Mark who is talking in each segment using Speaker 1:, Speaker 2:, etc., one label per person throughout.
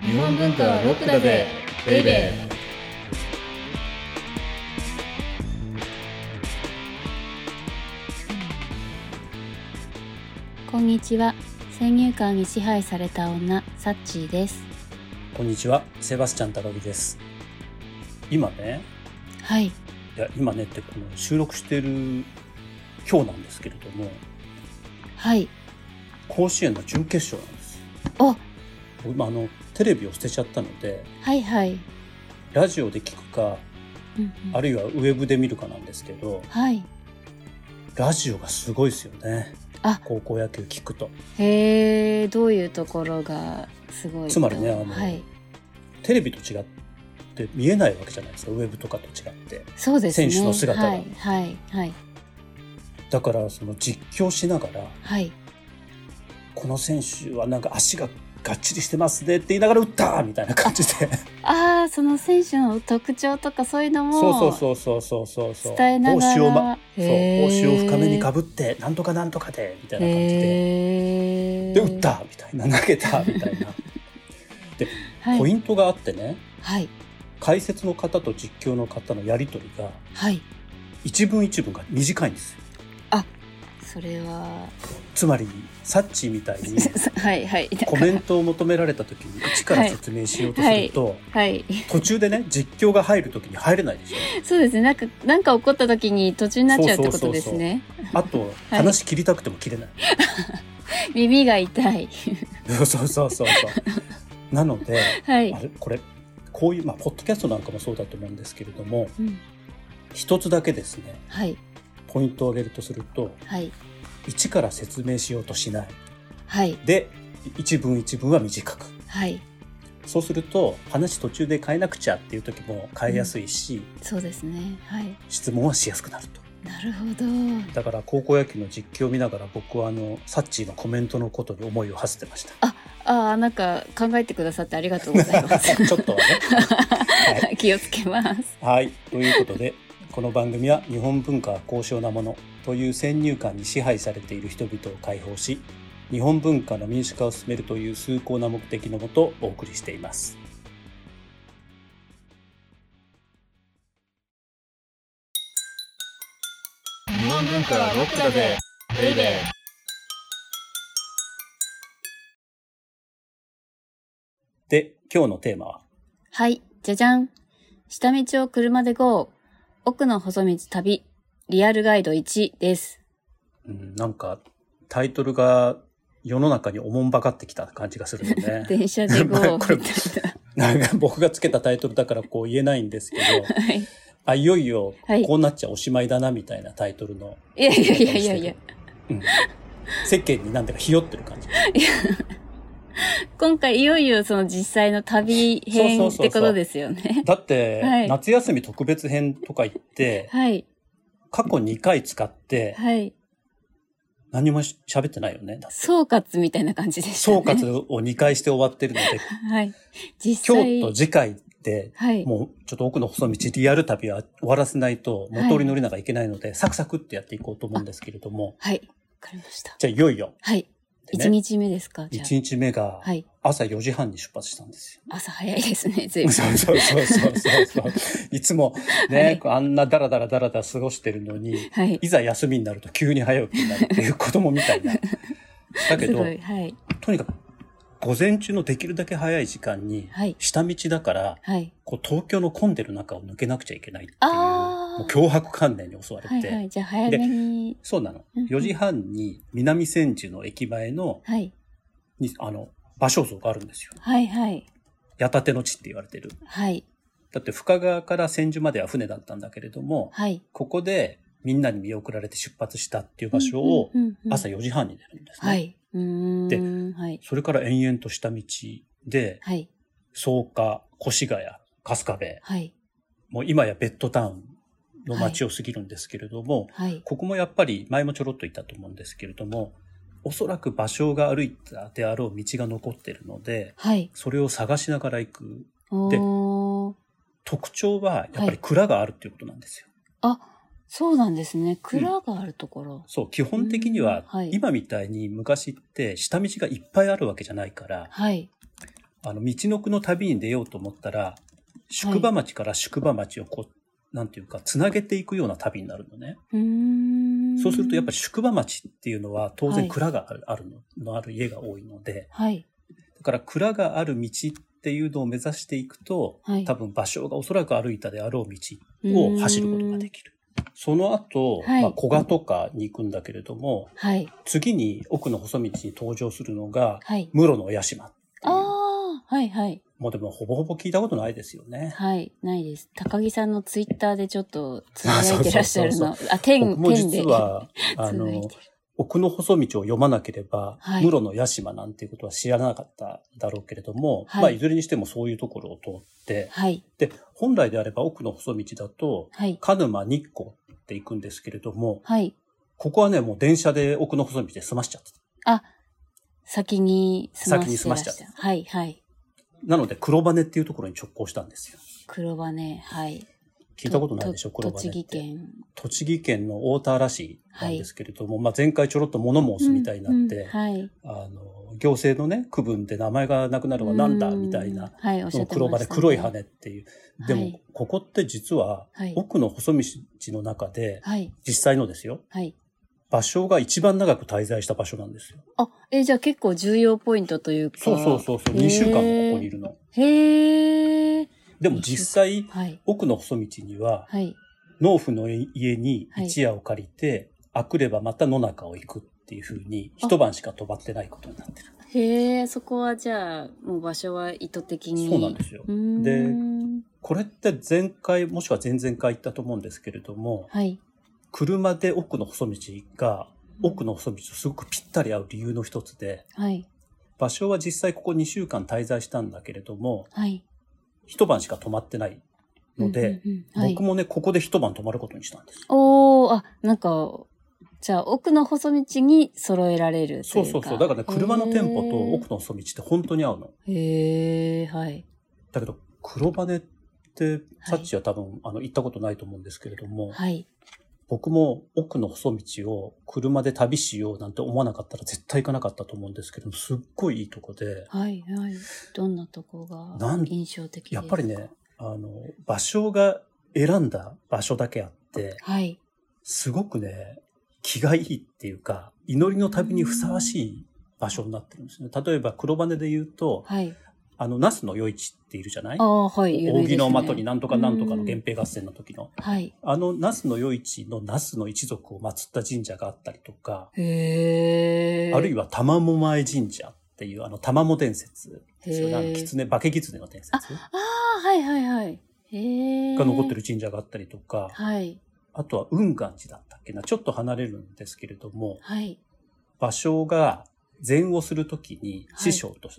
Speaker 1: 日本文化はロックだぜベイベー
Speaker 2: こんにちは先入観に支配された女サッチーです
Speaker 3: こんにちは、セバスチャン高木です。今ね、
Speaker 2: はい
Speaker 3: いや今ねってこの収録してる今日なんですけれども、
Speaker 2: はい
Speaker 3: 甲子園の準決勝なんですよ。
Speaker 2: お
Speaker 3: 僕今あのテレビを捨てちゃったので、
Speaker 2: はいはい、
Speaker 3: ラジオで聞くか、
Speaker 2: うんうん
Speaker 3: あるいはウェブで見るかなんですけど、
Speaker 2: はい
Speaker 3: ラジオがすごいですよね。
Speaker 2: あ
Speaker 3: 高校野球聞くと、
Speaker 2: へえどういうところがすごいと
Speaker 3: つまりねあの
Speaker 2: はい
Speaker 3: テレビと違って見えないわけじゃないですか。ウェブとかと違って。
Speaker 2: そうですね
Speaker 3: 選手の姿が
Speaker 2: はいはいはい
Speaker 3: だからその実況しながら、
Speaker 2: はい
Speaker 3: この選手はなんか足ががっちりしてますねって言いながら打ったみたいな感じ で。
Speaker 2: ああその選手の特徴とかそういうのも
Speaker 3: そうそうそうそうそうそうそう
Speaker 2: 伝えながら
Speaker 3: 帽子を,、ま、そう
Speaker 2: へー
Speaker 3: 帽子を深めにかぶってなんとかなんとかでみたいな感じで
Speaker 2: へえ
Speaker 3: で打ったみたいな投げたみたいな
Speaker 2: はい
Speaker 3: ポイントがあってね
Speaker 2: はい
Speaker 3: 解説の方と実況の方のやり取りが
Speaker 2: はい
Speaker 3: 一文一文が短いんですよ
Speaker 2: それは
Speaker 3: つまりサッチーみたい に
Speaker 2: はいはいだ
Speaker 3: コ
Speaker 2: から
Speaker 3: メントを求められた時に一から説明しようとすると、
Speaker 2: はい
Speaker 3: 途中でね実況が入る時に入れないでしょ
Speaker 2: そうですね。なんか、なんか起こった時に途中になっちゃうってことですね。
Speaker 3: あと話切りたくても切れない、
Speaker 2: 耳が痛い。
Speaker 3: そうそうそ うそうなので
Speaker 2: はい
Speaker 3: あ。れこれこういう、まあ、ポッドキャストなんかもそうだと思うんですけれども
Speaker 2: うん
Speaker 3: 一つだけですね
Speaker 2: はい。
Speaker 3: ポイントを挙げるとすると
Speaker 2: はい。
Speaker 3: 一から説明しようとしない
Speaker 2: はい。
Speaker 3: で一文一文は短く
Speaker 2: はい。
Speaker 3: そうすると話途中で変えなくちゃっていう時も変えやすいし、
Speaker 2: そうですね。はい。
Speaker 3: 質問はしやすくなると
Speaker 2: なるほど。
Speaker 3: だから高校野球の実況を見ながら僕はあのサッチーのコメントのことに思いを馳せてました
Speaker 2: ああ、なんか考えてくださってありがとうございます。
Speaker 3: ちょっとはねはい
Speaker 2: 気をつけます。
Speaker 3: はい、ということで、この番組は日本文化は高尚なものという先入観に支配されている人々を解放し、日本文化の民主化を進めるという崇高な目的のもとお送りしています。
Speaker 1: 日本文化はロックだぜベイベー
Speaker 3: で、今日のテーマは、
Speaker 2: はい。じゃじゃん。下道を車で GO。奥の細道旅。リアルガイド1です。
Speaker 3: うん、なんかタイトルが世の中におもんばかってきた感じがするの ね。
Speaker 2: 電車で GO み
Speaker 3: こ
Speaker 2: た
Speaker 3: れ
Speaker 2: いな。
Speaker 3: なんか僕がつけたタイトルだからこう言えないんですけど、
Speaker 2: はい。
Speaker 3: あ、いよいよ
Speaker 2: はい
Speaker 3: こうなっちゃおしまいだなみたいなタイトルの
Speaker 2: いやいやいやいやいや。
Speaker 3: うん世間になんだかひよってる感じ。
Speaker 2: 今回いよいよその実際の旅編
Speaker 3: そう
Speaker 2: っ
Speaker 3: そうそうそう
Speaker 2: てことですよね。
Speaker 3: だって、
Speaker 2: はい
Speaker 3: 夏休み特別編とか言って、
Speaker 2: はい。
Speaker 3: 過去2回使って、
Speaker 2: はい。
Speaker 3: 何もし喋ってないよね。だって
Speaker 2: 総括みたいな感じでしたね。
Speaker 3: 総。括を2回して終わってるの で、
Speaker 2: はい。実
Speaker 3: 今
Speaker 2: 際。
Speaker 3: 日と次回で、
Speaker 2: はい。
Speaker 3: もうちょっと奥の細道リアル旅は終わらせないと、元に乗りながらいけないので、サクサクってやっていこうと思うんですけれども、
Speaker 2: はい。わかりました。
Speaker 3: じゃあいよいよ、
Speaker 2: はい。
Speaker 3: で
Speaker 2: 一
Speaker 3: ね
Speaker 2: 日目ですかじゃ
Speaker 3: 1日目が
Speaker 2: あ。はい。
Speaker 3: 朝4時半に出発したんですよ。
Speaker 2: 朝早いですね、 随分。
Speaker 3: そうそうそうそうそうそう。いつもね、
Speaker 2: は
Speaker 3: あんなダラダラダラダラ過ごしてるのに、
Speaker 2: はい。
Speaker 3: いざ休みになると急に早起きになるっていう子供みたいな。だけ
Speaker 2: す
Speaker 3: ど
Speaker 2: ご、い。はい。
Speaker 3: とにかく、午前中のできるだけ早い時間に
Speaker 2: はい、
Speaker 3: 下道だから、
Speaker 2: はい。
Speaker 3: こう東京の混んでる中を抜けなくちゃいけないっていう、
Speaker 2: あー
Speaker 3: もう脅迫観念に襲われ
Speaker 2: はい
Speaker 3: て、
Speaker 2: はい。じゃあ早めに。
Speaker 3: そうなの
Speaker 2: うんうん。
Speaker 3: 4時半に南千住の駅前の、
Speaker 2: はい。
Speaker 3: にあの、芭蕉像があるんですよ。
Speaker 2: はいはい。
Speaker 3: 矢立の地って言われてる。
Speaker 2: はい。
Speaker 3: だって深川から千住までは船だったんだけれども、
Speaker 2: はい。
Speaker 3: ここでみんなに見送られて出発したっていう場所を
Speaker 2: うんうんうん
Speaker 3: 朝4時半に出るんですね。
Speaker 2: はい。うーん。はい。
Speaker 3: それから延々とした道で、
Speaker 2: はい。
Speaker 3: 草加、越谷、春日部、
Speaker 2: はい。
Speaker 3: もう今やベッドタウンの街を過ぎるんですけれども、
Speaker 2: はい。
Speaker 3: ここもやっぱり前もちょろっと言ったと思うんですけれども、おそらく場所が歩いたであろう道が残ってるので、
Speaker 2: はい。
Speaker 3: それを探しながら行くで
Speaker 2: おー。
Speaker 3: 特徴はやっぱり蔵があるっていうことなんですよ。
Speaker 2: そうなんですね。蔵があるところ。
Speaker 3: そう、基本的には
Speaker 2: うんはい
Speaker 3: 今みたいに昔って下道がいっぱいあるわけじゃないから、
Speaker 2: はい。
Speaker 3: あの、道のくの旅に出ようと思ったら、宿場町から宿場町をこう、なんていうか、つなげていくような旅になるのね。
Speaker 2: うーん。
Speaker 3: そうすると、やっぱり
Speaker 2: り。
Speaker 3: 宿場町っていうのは、当
Speaker 2: は
Speaker 3: 然
Speaker 2: い
Speaker 3: 蔵がある,、あるの、のある家が多いので、
Speaker 2: はい。
Speaker 3: だから蔵がある道っていうのを目指していくと、
Speaker 2: はい
Speaker 3: 多分場所がおそらく歩いたであろう道を走ることができる。その後、
Speaker 2: はい
Speaker 3: まあ、古賀とかに行くんだけれども、
Speaker 2: はい。
Speaker 3: 次に奥の細道に登場するのが、
Speaker 2: はい。
Speaker 3: 室の屋島ってい
Speaker 2: あ
Speaker 3: う。
Speaker 2: あ、はいはい。
Speaker 3: もうでもほぼほぼ聞いたことないですよね。
Speaker 2: はい。ないです。高木さんのツイッターでちょっとつぶやいてらっしゃ るの。あ、天、
Speaker 3: 僕も
Speaker 2: 天
Speaker 3: 実
Speaker 2: で。
Speaker 3: は、あ
Speaker 2: つぶやい
Speaker 3: の
Speaker 2: て、る
Speaker 3: 奥の細道を読まなければ、
Speaker 2: はい
Speaker 3: 室の屋島なんていうことは知らなかっただろうけれども、
Speaker 2: はい
Speaker 3: まあいずれにしてもそういうところを通って、
Speaker 2: はい。
Speaker 3: で、本来であれば奥の細道だと、
Speaker 2: はい。
Speaker 3: 鹿沼日光って行くんですけれども、
Speaker 2: はい。
Speaker 3: ここはね、もう電車で奥の細道で済ましちゃった。
Speaker 2: 先に済ませてらっしゃる。
Speaker 3: 先に済ましちゃった
Speaker 2: はいはい。
Speaker 3: なので、黒羽っていうところに直行したんですよ。
Speaker 2: 黒羽、はい。
Speaker 3: 聞いたことないでしょ、
Speaker 2: と
Speaker 3: 黒羽って。
Speaker 2: 栃木。県。
Speaker 3: 栃木県の大田原市なんですけれども、まあ前回ちょろっと物申すみたいになって、
Speaker 2: うんうんはい。
Speaker 3: あの、行政のね、区分で名前がなくなるのはなんだ、みたい
Speaker 2: うん
Speaker 3: な、
Speaker 2: はい、おっしゃってましたね
Speaker 3: 黒羽で黒い。羽っていう。で
Speaker 2: は
Speaker 3: も
Speaker 2: い、
Speaker 3: ここって実は、
Speaker 2: はい。
Speaker 3: 奥の細道の中で、
Speaker 2: はい。
Speaker 3: 実際のですよ、
Speaker 2: はい。
Speaker 3: 場所が一番長く滞在した場所なんですよ。
Speaker 2: あ、えじゃあ結構重要ポイントというか。
Speaker 3: そうそうそうそう、
Speaker 2: へー
Speaker 3: 2週間もここにいるの。
Speaker 2: へえ。
Speaker 3: でも実際、
Speaker 2: はい。
Speaker 3: 奥の細道には、
Speaker 2: はい。
Speaker 3: 農夫の家に一夜を借りて、あくればまた野中を行くっていうふうに、
Speaker 2: あ
Speaker 3: 一晩しか飛ばってないことになってる。
Speaker 2: へえ、そこはじゃあ、もう場所は意図的に。
Speaker 3: そうなんですよ
Speaker 2: う。ーん
Speaker 3: でこれって前回、もしくは前々回行ったと思うんですけれども、
Speaker 2: はい。
Speaker 3: 車で奥の細道が、奥の細道とすごくぴったり合う理由の一つで、
Speaker 2: はい。
Speaker 3: 場所は実際ここ2週間滞在したんだけれども、
Speaker 2: はい。
Speaker 3: 一晩しか泊まってないので、
Speaker 2: うんうんうんはい
Speaker 3: 僕もね、ここで一晩泊まることにしたんです。
Speaker 2: おー、あ、なんか、じゃあ奥の細道に揃えられると
Speaker 3: そ
Speaker 2: いううか。
Speaker 3: そうそう。だからね、車の店舗と
Speaker 2: へ
Speaker 3: 奥の細道って本当に合うの。
Speaker 2: え。へえ、はい。
Speaker 3: だけど、黒羽って、サッチは多分、あの、行ったことないと思うんですけれども、
Speaker 2: はい。
Speaker 3: 僕も奥の細道を車で旅しようなんて思わなかったら絶対行かなかったと思うんですけども、すっごいいいとこで、
Speaker 2: はい、はい。どんなとこが
Speaker 3: なん
Speaker 2: 印象的ですか
Speaker 3: やっぱりね、あの、場所が選んだ場所だけあって、
Speaker 2: はい。
Speaker 3: すごくね、気がいいっていうか、祈りの旅にふさわしい場所になってるんですね。例えば黒羽で言うと、
Speaker 2: はい。
Speaker 3: あの、那須の夜市っているじゃない
Speaker 2: ああ、はい。有名
Speaker 3: 扇
Speaker 2: ですね
Speaker 3: の的になんとかなんとかの源平合戦の時の。
Speaker 2: はい。
Speaker 3: あの、那須の与一の那須の一族を祀った神社があったりとか、
Speaker 2: へえ。
Speaker 3: あるい
Speaker 2: は、
Speaker 3: は玉も前神社っていう、あの、玉も伝説ですよね。あの
Speaker 2: へー
Speaker 3: 狐、化け狐の伝説が
Speaker 2: ああ、はいはいはい。へえ。
Speaker 3: 残ってる神社があったりとか、
Speaker 2: はい。
Speaker 3: あとは雲岩寺だったっけな。ちょっと離れるんですけれども、
Speaker 2: はい。
Speaker 3: 場所が禅をするときに
Speaker 2: はい
Speaker 3: 師匠と、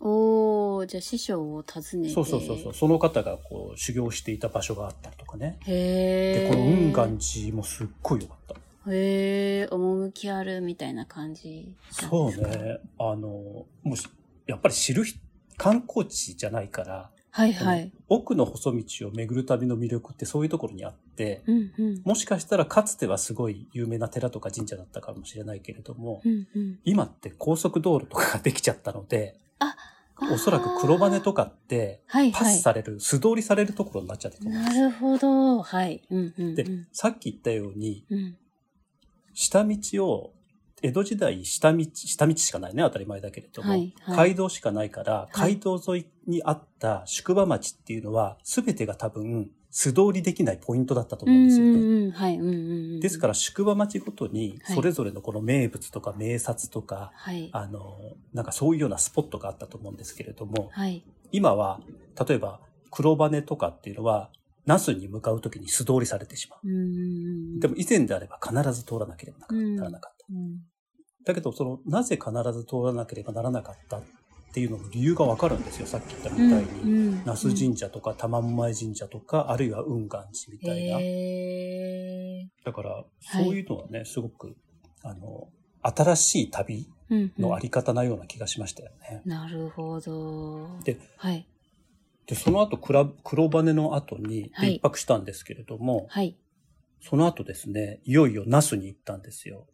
Speaker 2: おー、じゃあ師匠を訪ねて。
Speaker 3: そうそうそうそう、。その方がこう修行していた場所があったりとかね。
Speaker 2: へ
Speaker 3: で、
Speaker 2: え。
Speaker 3: この雲岩寺もすっごい良かった。
Speaker 2: へえ、趣あるみたいな感じなん
Speaker 3: そ
Speaker 2: で
Speaker 3: う
Speaker 2: すか。
Speaker 3: ね。あの、もうし、やっぱり知る人観光地じゃないから、
Speaker 2: はいはい。
Speaker 3: 奥の細道を巡る旅の魅力ってそういうところにあって、
Speaker 2: うんうん。
Speaker 3: もしかしたらかつてはすごい有名な寺とか神社だったかもしれないけれども、
Speaker 2: うんうん。
Speaker 3: 今って高速道路とかができちゃったので、
Speaker 2: あー
Speaker 3: おそらく黒羽とかって
Speaker 2: はい
Speaker 3: パ
Speaker 2: は
Speaker 3: ス
Speaker 2: い。
Speaker 3: される、素通りされるところになっちゃってると思うんで
Speaker 2: な
Speaker 3: す。
Speaker 2: るほど。はい。うんうん、うん。
Speaker 3: でさっき言ったように、
Speaker 2: うん。
Speaker 3: 下道を、江戸時代下道、下道しかないね、当たり前だけれども、
Speaker 2: はいはい
Speaker 3: 街道しかないから、
Speaker 2: はい
Speaker 3: 街道沿いにあった宿場町っていうのは、すべてが多分素通りできないポイントだったと
Speaker 2: う
Speaker 3: 思うん
Speaker 2: ん
Speaker 3: ですよね。
Speaker 2: うんうん。はい。うんうんうん。
Speaker 3: ですから宿場町ごとに
Speaker 2: はい
Speaker 3: それぞれのこの名物とか名刹とか、
Speaker 2: はい。
Speaker 3: あのなんかそういうようなスポットがあったと思うんですけれども
Speaker 2: はい。
Speaker 3: 今は例えば黒羽とかっていうのは那須に向かう時に素通りされてしまう。
Speaker 2: うんうんうん。
Speaker 3: でも以前であれば必ず通らなければなか
Speaker 2: うん
Speaker 3: ならなかった。
Speaker 2: うん。
Speaker 3: だけどそのなぜ必ず通らなければならなかったっていうのの理由がわかるんですよさっき言ったみたいに。
Speaker 2: うん。
Speaker 3: 那須神社とか玉前神社とかあるいは雲岩寺みたいな。
Speaker 2: へえ。
Speaker 3: だから、そういうのはね、すごく、あの、新しい旅
Speaker 2: うんうん。
Speaker 3: のあり方なような気がしましたよね。
Speaker 2: なるほど。
Speaker 3: で、
Speaker 2: はい。
Speaker 3: で、その後、くら黒羽の後に、
Speaker 2: はい
Speaker 3: で一泊したんですけれども、
Speaker 2: はい。
Speaker 3: その後ですね、いよいよ那須に行ったんですよ。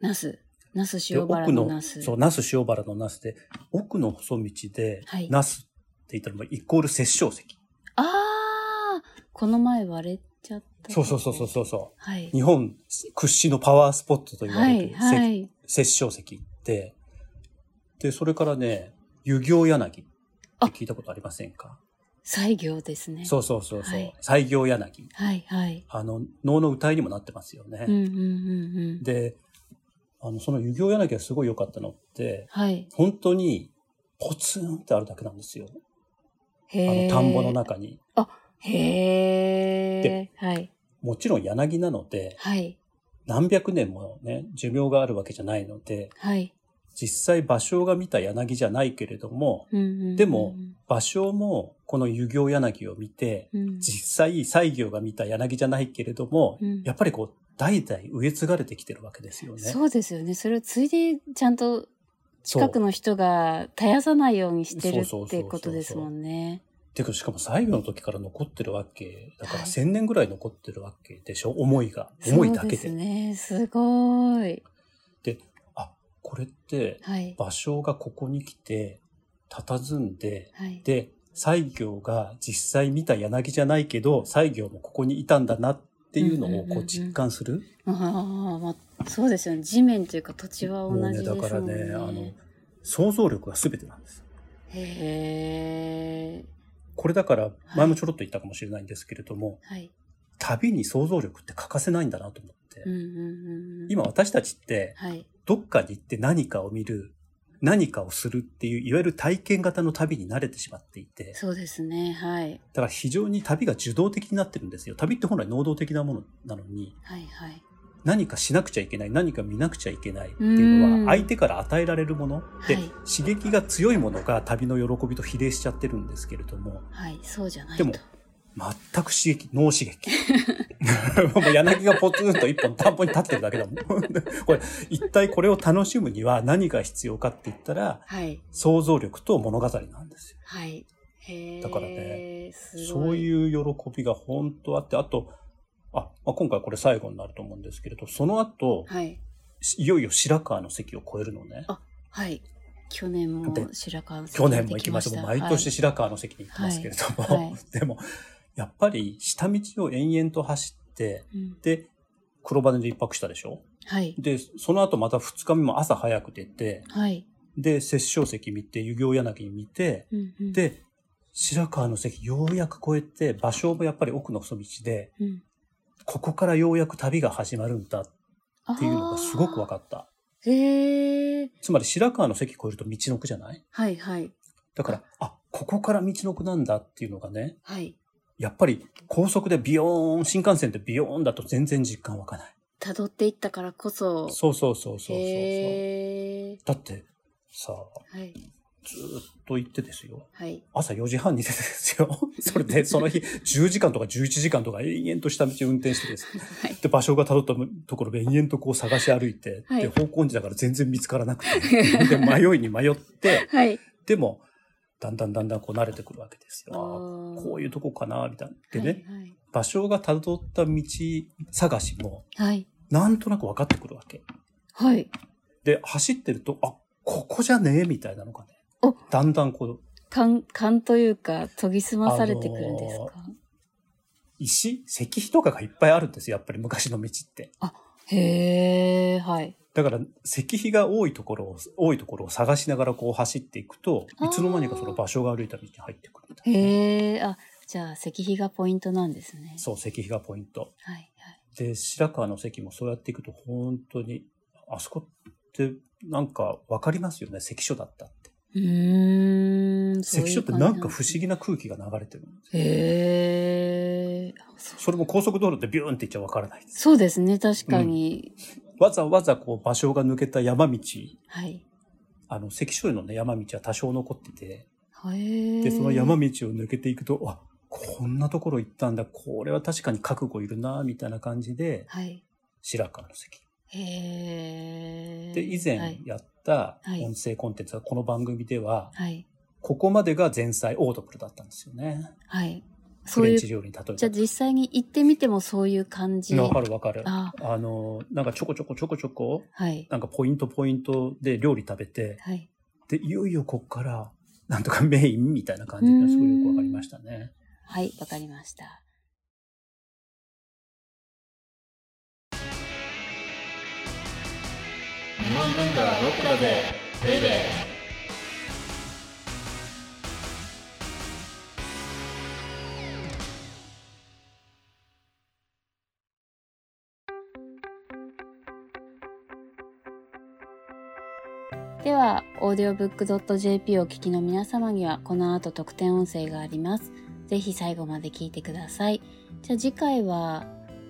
Speaker 2: ナス。ナス
Speaker 3: で
Speaker 2: 塩原のナス。
Speaker 3: そう、那須塩原の那須で、奥の細道で
Speaker 2: はい、
Speaker 3: 那須って言ったのもイコール殺生石。
Speaker 2: ああこの前割れちゃった。
Speaker 3: そうそうそうそうそうそう。
Speaker 2: はい。
Speaker 3: 日本屈指のパワースポットと言わ
Speaker 2: は
Speaker 3: れて
Speaker 2: い、
Speaker 3: る、
Speaker 2: は
Speaker 3: せ
Speaker 2: い。
Speaker 3: 殺生石って、で、それからね、湯行柳って聞いたことありませんか
Speaker 2: 西行ですね。
Speaker 3: そうそうそうそう、
Speaker 2: はい
Speaker 3: 西行柳。
Speaker 2: はい、はい。
Speaker 3: あの、能の歌いにもなってますよね。
Speaker 2: うん、うん、うん、うん。
Speaker 3: で、あの、その湯行柳がすごい良かったのって、
Speaker 2: はい。
Speaker 3: 本当にポツンってあるだけなんですよ。あ
Speaker 2: へ
Speaker 3: の、
Speaker 2: え。
Speaker 3: 田んぼの。中に。
Speaker 2: へえ
Speaker 3: で。
Speaker 2: はい。
Speaker 3: もちろん柳なので、
Speaker 2: はい。
Speaker 3: 何百年もね、寿命があるわけじゃないので、
Speaker 2: はい。
Speaker 3: 実際芭蕉が見た柳じゃないけれども、
Speaker 2: うんうんうんうん
Speaker 3: でも、芭蕉もこの遊行柳を見て、
Speaker 2: うん
Speaker 3: 実際西行が見た柳じゃないけれども、
Speaker 2: うん
Speaker 3: やっぱりこう、代々植え継がれてきてるわけですよね。
Speaker 2: そうですよね。それをついで、ちゃんと
Speaker 3: そう
Speaker 2: 近くの人が絶やさないようにしてる
Speaker 3: そうそう
Speaker 2: っ
Speaker 3: そうそう
Speaker 2: て
Speaker 3: そう
Speaker 2: ことですもんね。
Speaker 3: てか、しかも西行の時から残ってるわけ、だから
Speaker 2: はい
Speaker 3: 千年ぐらい残ってるわけでしょ、思いが。思いだけ
Speaker 2: そうです
Speaker 3: で。
Speaker 2: ね。すごい。
Speaker 3: あ、これって、
Speaker 2: はい。
Speaker 3: 芭蕉がここに来て、佇んで、
Speaker 2: はい。
Speaker 3: で、西行が実際見た柳じゃないけど、西行もここにいたんだなっていうのを
Speaker 2: うんうんうん
Speaker 3: こ
Speaker 2: うん
Speaker 3: う実感する。
Speaker 2: ああ、まあ、そうですよね。地面というか土地は同
Speaker 3: もう
Speaker 2: じです
Speaker 3: だ
Speaker 2: もんね。
Speaker 3: からね、あの、想像力が全てなんです。
Speaker 2: へえ。
Speaker 3: これだから、前もちょろっと言ったかもしれないんですけれども、
Speaker 2: はい。
Speaker 3: 旅に想像力って欠かせないんだなと思って、
Speaker 2: うんうんうんうん。
Speaker 3: 今私たちって、
Speaker 2: はい。
Speaker 3: どっかに行って何かを見る、何かをするっていう、いわゆる体験型の旅に慣れてしまっていて、
Speaker 2: そうですね。はい。
Speaker 3: だから非常に旅が受動的になってるんですよ。旅って本来能動的なものなのに、
Speaker 2: はいはい。
Speaker 3: 何かしなくちゃいけない、何か見なくちゃいけないって
Speaker 2: う
Speaker 3: いうんのは、相手から与えられるもので、
Speaker 2: はい
Speaker 3: 刺激が強いものが旅の喜びと比例しちゃってるんですけれども、
Speaker 2: はい。そうじゃない
Speaker 3: で
Speaker 2: と。
Speaker 3: も全く刺激、脳刺激。 もう柳がポツンと一本田んぼに立ってるだけだもん。 これ、一体これを楽しむには何が必要かって言ったら、
Speaker 2: はい。
Speaker 3: 想像力と物語なんですよ。
Speaker 2: はい。へえ。
Speaker 3: だからね、そ
Speaker 2: そう
Speaker 3: う
Speaker 2: いう。
Speaker 3: いう喜びが本当あって、あと、あ、まあ、今回これ最後になると思うんですけれど、その後、
Speaker 2: はい。
Speaker 3: いよいよ白川の関を越えるのね。
Speaker 2: はい。去年も
Speaker 3: で
Speaker 2: 白川
Speaker 3: 去年も行きました。もう毎年白川の関に行ってますけれども、
Speaker 2: はいはい
Speaker 3: でも、やっぱり下道を延々と走って、
Speaker 2: はいうん
Speaker 3: で、黒羽で一泊したでしょ
Speaker 2: はい。
Speaker 3: で、その後また二日目も朝早く出て、
Speaker 2: はい。
Speaker 3: で、殺生石見て、湯行柳見て、
Speaker 2: うんうん、
Speaker 3: で、白川の関ようやく越えて、場所もやっぱり奥の細道で、
Speaker 2: うん、
Speaker 3: ここからようやく旅が始まるんだっ
Speaker 2: って
Speaker 3: いうのがすごく分
Speaker 2: か
Speaker 3: かった。
Speaker 2: る。へえ。
Speaker 3: つまり白川の関越えると道の奥じゃない
Speaker 2: はいはい。
Speaker 3: だから、あ、ここから道の奥なんだっていうのがね、
Speaker 2: はい。
Speaker 3: やっぱり高速でビヨーン、新幹線でビヨーンだと全然実感湧かない。
Speaker 2: 辿っていったからこそ。
Speaker 3: そうそうそうそうそうそう。
Speaker 2: へえ。
Speaker 3: だって、さあ、
Speaker 2: はい。
Speaker 3: ずーっと行ってですよ。
Speaker 2: はい。
Speaker 3: 朝4時半に出てですよ。 それで、その日、10時間とか11時間とか延々と下道を運転してです。
Speaker 2: はい。
Speaker 3: で、場所が辿ったところで延々とこう探し歩いて、
Speaker 2: はい
Speaker 3: で、方向音痴だから全然見つからな くて、で、迷いに迷って、
Speaker 2: はい。
Speaker 3: でも、だんだんだんだんこう慣れてくるわけですよ。あーこ
Speaker 2: こ
Speaker 3: ういう
Speaker 2: と
Speaker 3: とこかな、みたいな。でね、
Speaker 2: はい
Speaker 3: 場所が辿った道探しも、
Speaker 2: はい。
Speaker 3: なんとなく分かってくるわけ。
Speaker 2: はい。はい
Speaker 3: で、走ってると、あ、ここじゃねえ、みたいなのがね
Speaker 2: お、
Speaker 3: だんだんこう、
Speaker 2: 勘、勘というか、研ぎ澄まされてくるんですか。
Speaker 3: 石石碑とかがいっぱいあるんですよ、やっぱり昔の道って。
Speaker 2: へえ。はい。
Speaker 3: だから、石碑が多いところを、多いところを探しながらこう走っていくと、
Speaker 2: あー
Speaker 3: いつの間にかその場所が歩いた道に入ってくるみたいな。
Speaker 2: へえ。あ、じゃあ、石碑がポイントなんですね。
Speaker 3: そう、石碑がポイント。
Speaker 2: はいはい。
Speaker 3: で、白川の関もそうやっていくと、本当に、あそこってなんかわかりますよね、関所だったって。
Speaker 2: うーん。そうい
Speaker 3: 関
Speaker 2: う
Speaker 3: 所って
Speaker 2: 感じ
Speaker 3: なんか不
Speaker 2: ですね
Speaker 3: 思議な空気が流れてるんですよ
Speaker 2: へえ。そ
Speaker 3: それも高速道路でビューンっていっちゃわからないです。
Speaker 2: そうですね、確かに。
Speaker 3: わざわざこう場所が抜けた山道、
Speaker 2: はい。
Speaker 3: あの、関所へのね、山道は多少残ってて、
Speaker 2: へえ。
Speaker 3: で、その山道を抜けていくと、あ、こんなところ行ったんだ、これは確かに覚悟いるな、みたいな感じで、
Speaker 2: はい。
Speaker 3: 白川の関。
Speaker 2: へえ。
Speaker 3: で、以
Speaker 2: は
Speaker 3: 前
Speaker 2: い。
Speaker 3: やった
Speaker 2: はい
Speaker 3: 音声コンテンツは、この番組では、
Speaker 2: はい。
Speaker 3: ここまでが前菜オードブルだったんですよね。
Speaker 2: はい
Speaker 3: フ
Speaker 2: そう
Speaker 3: レ
Speaker 2: い
Speaker 3: ン
Speaker 2: う、
Speaker 3: チ
Speaker 2: じ
Speaker 3: 料理に例え
Speaker 2: ゃあ実際に行ってみてもそういう感じ。
Speaker 3: た。わかるわかる。
Speaker 2: あ
Speaker 3: あの、なんかちょこちょこちょこちょこ、
Speaker 2: はい。
Speaker 3: なんかポイントポイントで料理食べて、
Speaker 2: はい。
Speaker 3: で、いよいよこっから、なんとかメインみたいな感じがすごいよくわかりましたね。
Speaker 2: はい、わかりました。
Speaker 1: 日本文化はロックだぜベイベー
Speaker 2: では、audiobook.jp をお聞きの皆様には、この後特典音声があります。ぜひ最後まで聞いてください。じゃあ次回は、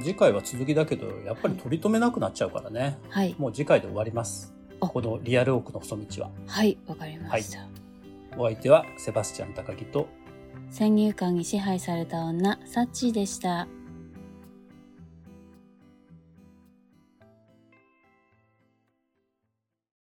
Speaker 3: 次回は続きだけど、やっぱり取り留めなくなっちゃうからね。
Speaker 2: はい、
Speaker 3: もう次回で終わります。
Speaker 2: あ
Speaker 3: このリアルオークの細道は。
Speaker 2: はい、わかりました。
Speaker 3: お相手はセバスチャン高木と
Speaker 2: 先入観に支配された女、サッチーでした。